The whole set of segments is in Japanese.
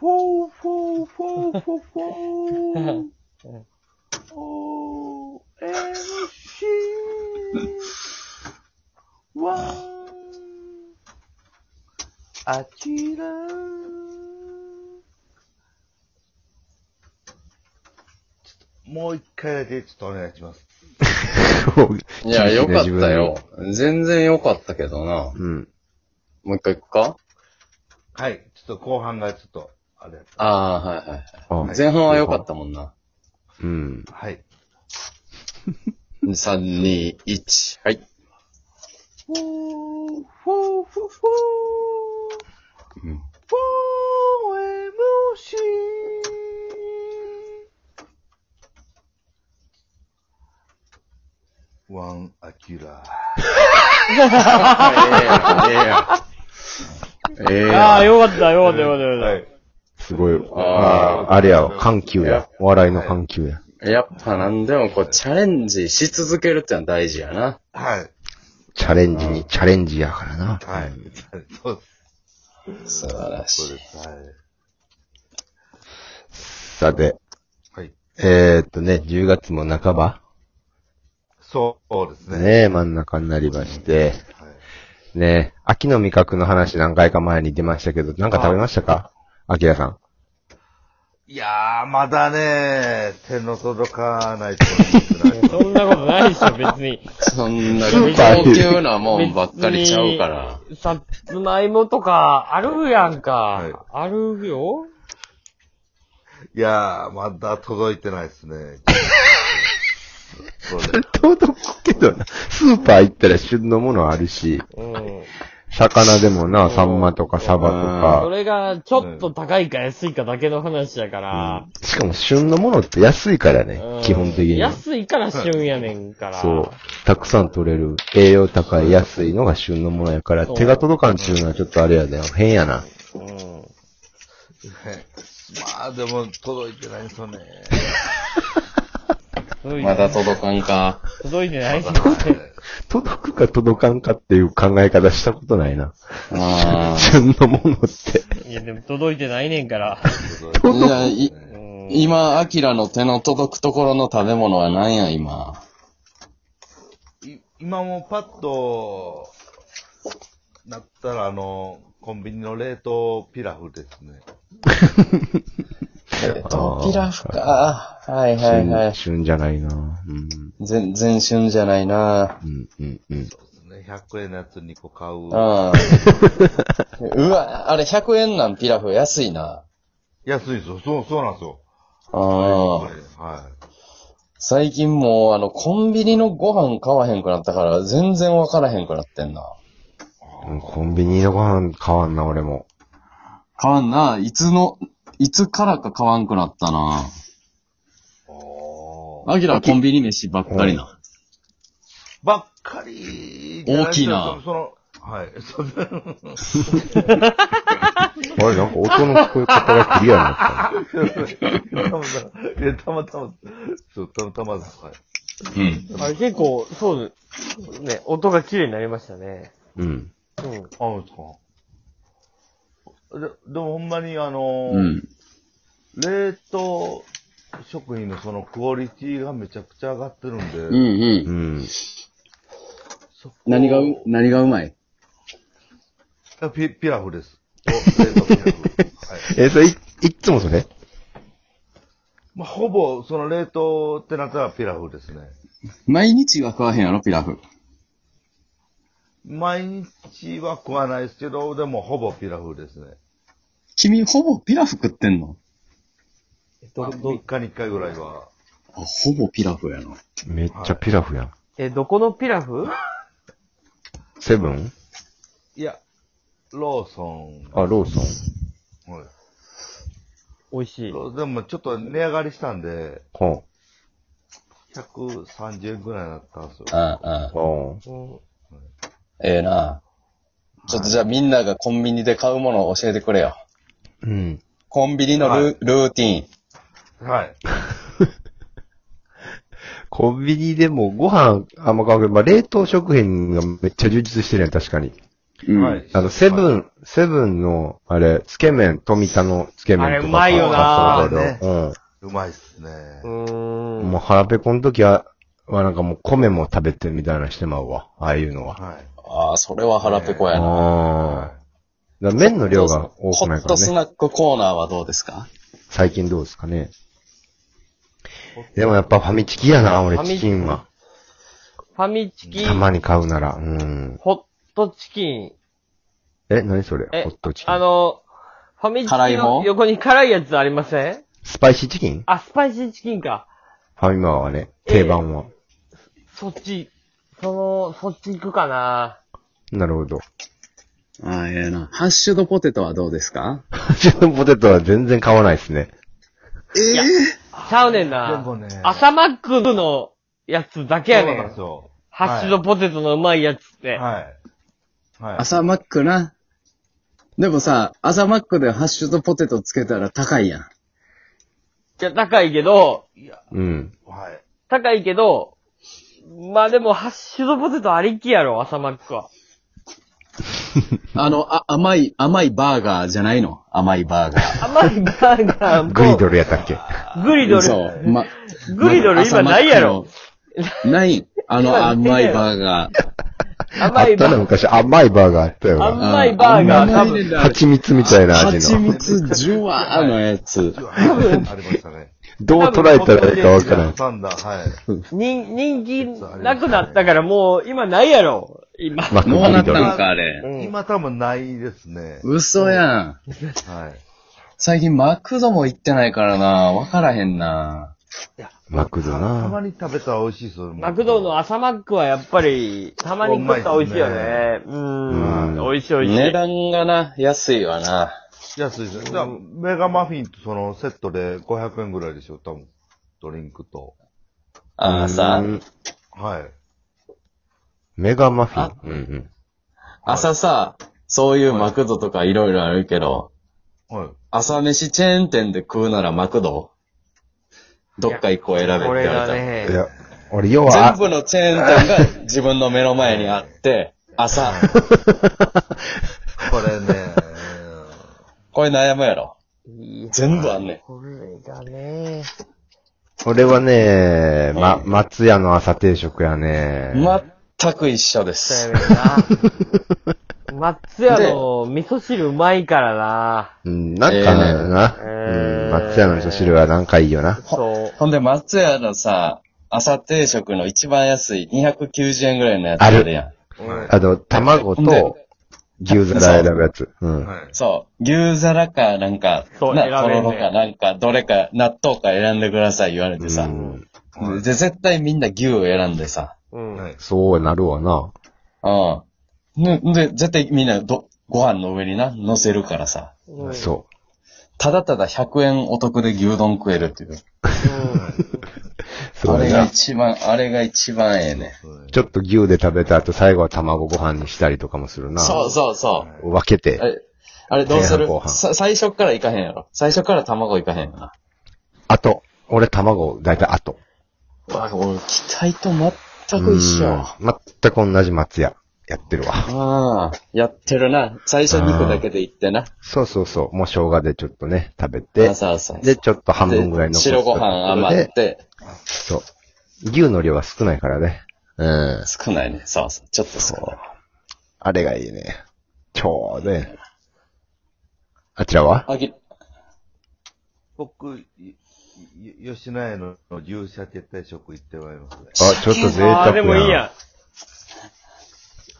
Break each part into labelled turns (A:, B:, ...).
A: フォーフォーフォーフォーフォ
B: う
A: ー
B: ん。
A: O M C One あちら
C: もう一回だけちょっとお願いします。
D: そう
B: いや、よかっ。
D: 厳しな
B: たよ。全然よかったけどな
D: 自。分うん。
B: もう一回行くか
C: はい。ちょっと後半がちょっと、あれ。
B: ああ、はいはい。
D: あ
B: 前半は良かったもんな。
D: うん。
C: はい。
B: 3、2、1。はい。
A: フォーフォーフォーフォー
B: うん
A: フォー M C
C: ワン、アキラ。
B: ええやんええやんええ
A: ああ、
B: やん
A: よかった、よかった、よかった、よか
C: は
A: った。
C: い。
D: すごい。
B: あ
D: あ
B: ー
D: あれやわ。緩急や。お笑いの緩急や。
B: やっぱ何でもこう、チャレンジし続けるってのは大事やな。
C: はい。
D: チャレンジにチャレンジやからな。
C: はい。そうです。
B: 素晴ら
C: そう
B: しい
C: で。す。はい。
D: さて、
C: はい。
D: えーっとね、10月も半ば
C: そうですね。
D: ね、真ん中になりまして、
C: はい。
D: ね、秋の味覚の話何回か前に出ましたけど、なんか食べましたかアキラさん。
C: いやー、まだね、手の届かないと思 ってない
A: そんなことないでしょ、別に。
B: そんな
D: スーパー
B: 高級なもんばっかりちゃうから。
A: さつまいもとか、あるやんか。
C: い
A: あるよ。
C: いやー、まだ届いてないですね。そうです。
D: 届くけどな。スーパー行ったら旬のものあるし、
A: うん。
D: 魚でもな、サンマとかサバと
A: そ
D: か、
A: れが、ちょっと高いか安いかだけの話やから。
D: しかも旬のものって安いからね
A: うん、
D: 基本的に。
A: 安いから旬やねんから。
D: そう。たくさん取れる。栄養高い、安いのが旬のものやから、
A: そう
D: 手が届かんっていうのはちょっとあれやだよ。変やな。
A: う。ん。
C: ねまあ、でも届いてないんですよね。
A: 届いて
B: まだ届かんか。
A: 届いてないし。
D: 届くか届かんかっていう考え方したことないな。
B: あ
D: 旬のものって。
A: いや、でも届いてないねんから。
B: あ。いや、い、
A: うん。
B: 今、アキラの手の届くところの食べ物は何や、今。
C: い今もパッと、なったら、あの、コンビニの冷凍ピラフですね。
D: あー
B: ピラフか。はいはいは
D: 旬
B: い。
D: 旬じゃないな。うん。
B: 全全旬じゃないな。
D: うん、うん、 うん。
C: そうですね。100円のやつ2個買
B: う
C: う。
B: ん。 うわ、あれ100円なんピラフ安いな。
C: 安いんですよ。そう、そうなんですよ。
B: うん。
C: は
B: 最近もう、あの、コンビニのご飯買わへんくなったから、全然わからへんくなってんな。
D: うんコンビニのご飯変わんな、俺も。
B: 買わんな。いつの、いつからか買わんくなったな。
C: い。おー
B: アキラはコンビニ飯ばっかりな。
C: ばっかり
B: 大きいな
C: その、はい。 そう
D: あれ、なんか音の聞こえ方がクリアになったね。
C: たまたま、いや、たまたま、そう、たまたまです。はい。
B: うん。
A: あれ結構、そうですね、音が綺麗になりましたね。
D: うん。
A: うん。
C: あ、そうですか。で、でもほんまにあの、
B: うん。
C: 冷凍食品のそのクオリティがめちゃくちゃ上がってるんで、
B: うんう。
D: うんん。
C: そこ
B: 何がう、何がうまい
C: ピピラフです。お冷凍ピラ フ。はい。
D: え、それ、い、いっつもそれ
C: まあ、ほぼ、その冷凍ってなったらピラフですね。
B: 毎日は買わへんやろ、ピラフ。
C: 毎日は食わないですけど、でもほぼピラフですね。
B: 君、ほぼピラフ食ってんの
A: ど、ど
C: 3、日に1回ぐらいは。
B: あ、ほぼピラフやな。
D: めっちゃピラフやん。
A: え、どこのピラフ
D: セブン
C: いや、ローソン。
D: あ、ローソン。
C: はい
A: 美味しい。
C: ローでもちょっと値上がりしたんで、
D: ほ
C: 130円ぐらいになったんですよ。
B: ああ、
D: う。ほ
A: うん
B: ええな。ちょっとじゃあみんながコンビニで買うものを教えてくれよ。
D: う。うん。
B: コンビニのル,、
C: はい
B: ルーティン。
C: はい。
D: コンビニでもご飯あんま買わんけど、まあ冷凍食品がめっちゃ充実してるやん、確かに。
E: うん。
C: はい。
D: あの、セブン、セブンの、あれ、つけ麺、富田のつけ麺とか
A: あれうまいよな
D: そうだけど
C: うまいっすね。
A: ー
D: うん。
A: ん。
D: もう腹ペコの時は、はなんかもう米も食べてみたいなしてまうわ。ああいうのは。
C: はい。
B: ああ、それは腹ペコやな。
D: ああ。だから麺の量が多くな
B: ホ
D: い
B: ッ
D: から
B: トス
D: ね。
B: ナックコーナーはどうですか
D: 最近どうですかね。でもやっぱファミチキやな、俺
A: ファミチ
D: チ
A: キ
D: キンは。
A: ファミチキ
D: た
A: ン、
D: まに買うなら。うん。
A: ホットチキン。
D: え、何それ
A: え
D: ホットチキ
A: あ
D: ン。
A: の、ファミチキ
B: 辛い
A: ン
B: も
A: の
B: ん
A: 横に辛いやつありません
D: スパイシーチキン
A: あ、スパイシーチキンか。
D: ファミマはね、
A: え
D: 定番は。
A: そっち、その、そっち行くかな。
D: なるほど。
B: ああ、ええな。ハッシュドポテトはどうですか
D: ハッシュドポテトは全然買わないですね。
B: ええ
A: ちゃうねんな。
C: でもね
A: 朝マックのやつだけやね
C: そうなん
A: ん
C: です。よ。
A: ハッシュドポテトのうまいやつって。
C: はい。はい。
B: 朝マックな。でもさ、朝マックでハッシュドポテトつけたら高いやん。
A: じゃ、高いけど、
C: いや、
D: うん。
C: はい。
A: 高いけど、まあでも、ハッシュドポテトありきやろ、朝マックは。
B: あの、あ、甘い、甘いバーガーじゃないの甘いバーガー。
A: 甘いバーガーも、
D: グリドルやったっけ
A: グリド
B: そ
A: ル。
B: う、ま、
A: グリドル今ないやろ。
B: ま。ない。あの、
A: 今な
B: 甘
A: い
B: い
A: やろ
B: バーガー。
A: 甘い
D: あった
A: バ
D: ね、
A: ー
D: 昔。甘いバーガーあったよ
A: ガー。
D: な。
A: 甘いバーガー、多
B: 甘い
A: 分。
B: ね
D: 蜂蜜みたいな味
B: 蜂
D: の。
B: 蜜ジュワーのやつ。
C: はいありましたね。
D: どう捉えたらいいかわからん。
C: サンダー、はい。
A: 人、人気なくなったからもう、今ないやろ。今。
D: マック
B: もうな
D: グ
B: っ
D: リ
B: た
D: ドル。
B: んか、あれ。
A: うん
C: 今多分ないですね。
B: 嘘やん。
C: はい。
B: 最近マクドも行ってないからな。わからへんな。
D: マクド
C: たま
D: な
C: に食べたら美味しいですよ。
A: マクドの朝マックはやっぱり、たまに食ったら美味しいよね。う
D: うん
A: ん。美味しい美味しい。
B: 値段がな、安いわな。
C: 安いですね。だからメガマフィンとそのセットで500円ぐらいでしょ、多分。ドリンクと。
B: あのさ、
D: うん
C: はい。
D: メガマフィン。うんうん。
B: 朝さ、そういうマクドとかいろいろあるけど、
C: はい。
B: 朝飯チェーン店で食うならマクドどっか一個選べって言
A: こ
B: わ
A: れ
B: れ
A: が
B: た。
A: ね
D: い、や、俺、要
B: 全
D: は、
B: 部のチェーン店が自分の目の前にあって、朝、
C: これね、
B: これ悩むやろ。
A: いや
B: 全部あんねん。
A: これがね、
D: 俺はね、ま、松屋の朝定食やね。
B: 全く一緒で
A: だよね
B: す。
A: んな。松屋の味噌汁うまいからな。
D: うん、なんかね、
B: えー
D: な、
A: え
D: う
A: ー
D: ん、松屋の味噌汁はなんかいいよな。
A: そう。
B: ほんで、松屋のさ、朝定食の一番安い290円ぐらいのやつ
D: ある
B: あるやん。
C: はい。
D: あの、卵と牛皿選ぶやつ。うん。
C: はい。
B: そう。牛皿か、なんか、
A: そう
B: な、
A: 選
B: と
A: べんね
B: ろ
A: ん
B: ろか、なんか、どれか、納豆か選んでください言われてさ。
D: うん
B: で、絶対みんな牛を選んでさ。
A: うん。
C: はい
D: そうなるわな。
B: うん。ねで、絶対みんなど、ご飯の上にな、乗せるからさ。
A: うん
D: そ
B: ただただ100円お得で牛丼食えるっていう。
D: う。そ
B: あ
D: う
B: れ
D: や
B: が
D: な。
B: 一番、あれが一番ええね。
D: ちょっと牛で食べた後、最後は卵ご飯にしたりとかもするな。
B: そうそうそう。
D: 分けて
B: あ。れ、あれどうす
D: 前
B: る
D: 半後半
B: さ最初からいかへんやろ。最初から卵いかへんよな。
D: あと。俺卵、だいたいあと。
B: うわ、俺、期待と全く一緒。あ
D: うん全く同じ松屋、やってるわ。
B: あ、やってるな。最初肉だけでいってな。
D: そうそうそう。もう生姜でちょっとね、食べて
B: あ。そうそう。
D: で、ちょっと半分ぐらい
B: で
D: 残す
B: 白ご飯余っ
D: で
B: て、
D: そう。牛の量は少ないからね。うん。
B: 少ないね。そうそう。ちょっと少ない。
D: あれがいいね。ちょうどいい。あちらは
B: あき、
C: 僕、いい吉野家の牛舎撤退食行ってまいりますね。
D: あ、ちょっと贅沢
A: あ
D: や
A: ーでもいいやん。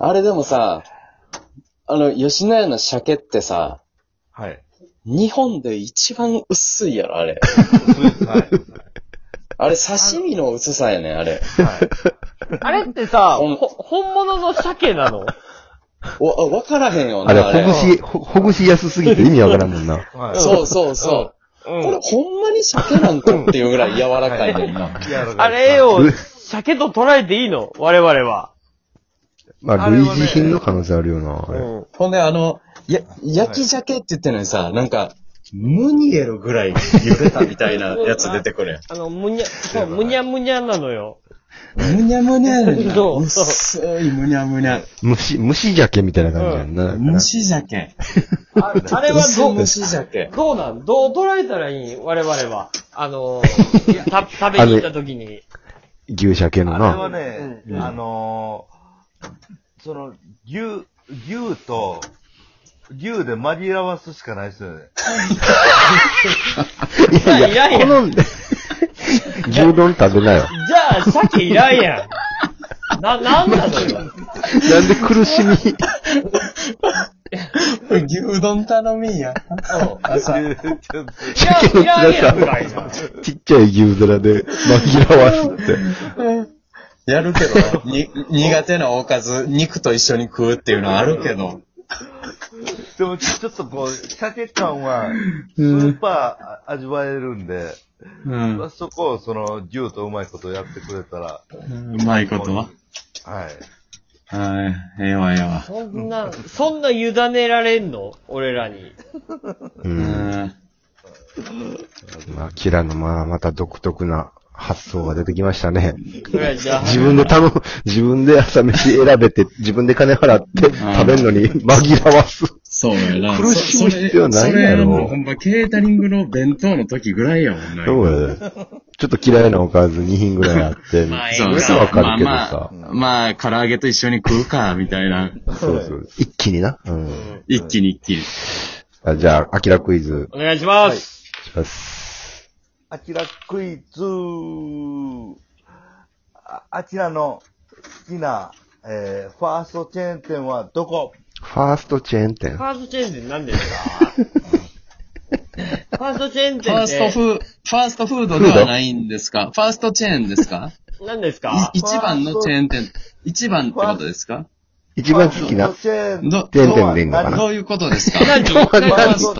B: あれでもさ、あの、吉野家の鮭ってさ、
C: はい。
B: 日本で一番薄いやろ、あれ。
C: はい。
B: あれ、刺身の薄さやねん、あれ。
C: はい。
A: あれってさ、
B: ほん
A: ほ、本物の鮭な の
B: わ、わからへんよな、
D: あれ、ほぐし、ほほぐしやすすぎて意味わからんも んな。
C: はい。
B: そうそうそう。
A: う
B: これ
A: ん。
B: ほんまに鮭なんかっていうぐらい柔らかいねんな。
C: いやだから
A: あれを、鮭と捉えていいの我々は。
D: まあ、
C: あれ
D: 類
C: はね
D: 似品の可能性あるよな、あ
A: う
D: れ。
A: ん。
B: ほんであの、や、焼き鮭って言ってんのにさ、なんか、ムニエルぐらい茹でたみたいなやつ出てくるやん。
A: あの、むにゃ、そう、むにゃむにゃなのよ。
B: むにゃむにゃやねんな。
A: そうそう
B: 薄いむにゃむにゃ。
D: 虫、虫じゃけみたいな感じやんな。
B: 虫じゃけん。
A: ああれはど う、
B: 虫じゃけん。
A: どうなんどう捉えたらいい我々は。あのーいやた食べに行った時に。
D: 牛鮭の
C: あれは
D: な。
C: ね、あのーその、牛、牛と、牛で紛らわすしかないですよね。
D: いやいや、
A: いやいや
D: この、牛丼食べなよ。
A: じゃあ、鮭いらんやん。な、なんなのよ。
D: なんで苦しみ。
B: 牛丼頼みや。朝。
C: 牛ちょっと
A: いらん、いらんやんぐらいな。
D: ちっちゃい牛皿で紛らわすって。
B: やるけど、に、苦手なおかず、肉と一緒に食うっていうのはあるけど。
C: でも、ちょっとこう、鮭感は、スーパー味わえるんで、
B: うん。う
C: そこをその、牛とうまいことやってくれたら、
B: まいことは。
C: はい。
B: はい。ええわ、ええわ。
A: そんな、そんな委ねられんの俺らに。
D: う。
B: うんん。
D: まあ、キラのまあ、また独特な発想が出てきましたね。
A: ぐらいじゃあ
D: 自分で頼む、自分で朝飯選べて、自分で金払って食べるのに紛らわす。
B: そうやな。
D: 苦しむ必要ないやろ
B: そそれはもうほんま、ケータリングの弁当の時ぐらいやもんな。
D: そうやでちょっと嫌いなおかず2品ぐらいあって、
A: まあ
D: そ
A: そ
D: れ
A: う
D: は
A: そう
D: わかるけど
B: まあ
D: さ。
B: まあ、まあ、唐揚げと一緒に食うか、みたいな。
D: そうそう。一気にな。うん。
B: 一気に一気に。
D: あじゃあ、アキラクイズ
A: お願いします。
D: します。
C: アキラクイズあアキラの好きな、えー、ファーストチェーン店はどこ
D: ファーストチェーン店。
A: ファーストチェーン店何ですかファーストチェーン
B: ファースト
A: 店っ
B: フー、ファーストフードではないんですか ファーストチェーンですか
A: て何です
B: い
A: か
B: 一番のチェーン店、一番ってことですか
D: 一番好き
C: ファー
D: な
C: ストチェーン
B: ど、
D: チェーン店でいいのか
C: ファースト
D: な
B: どういうことですか
A: 何
D: どう
A: 何
D: な
C: ファー
D: ん
C: スト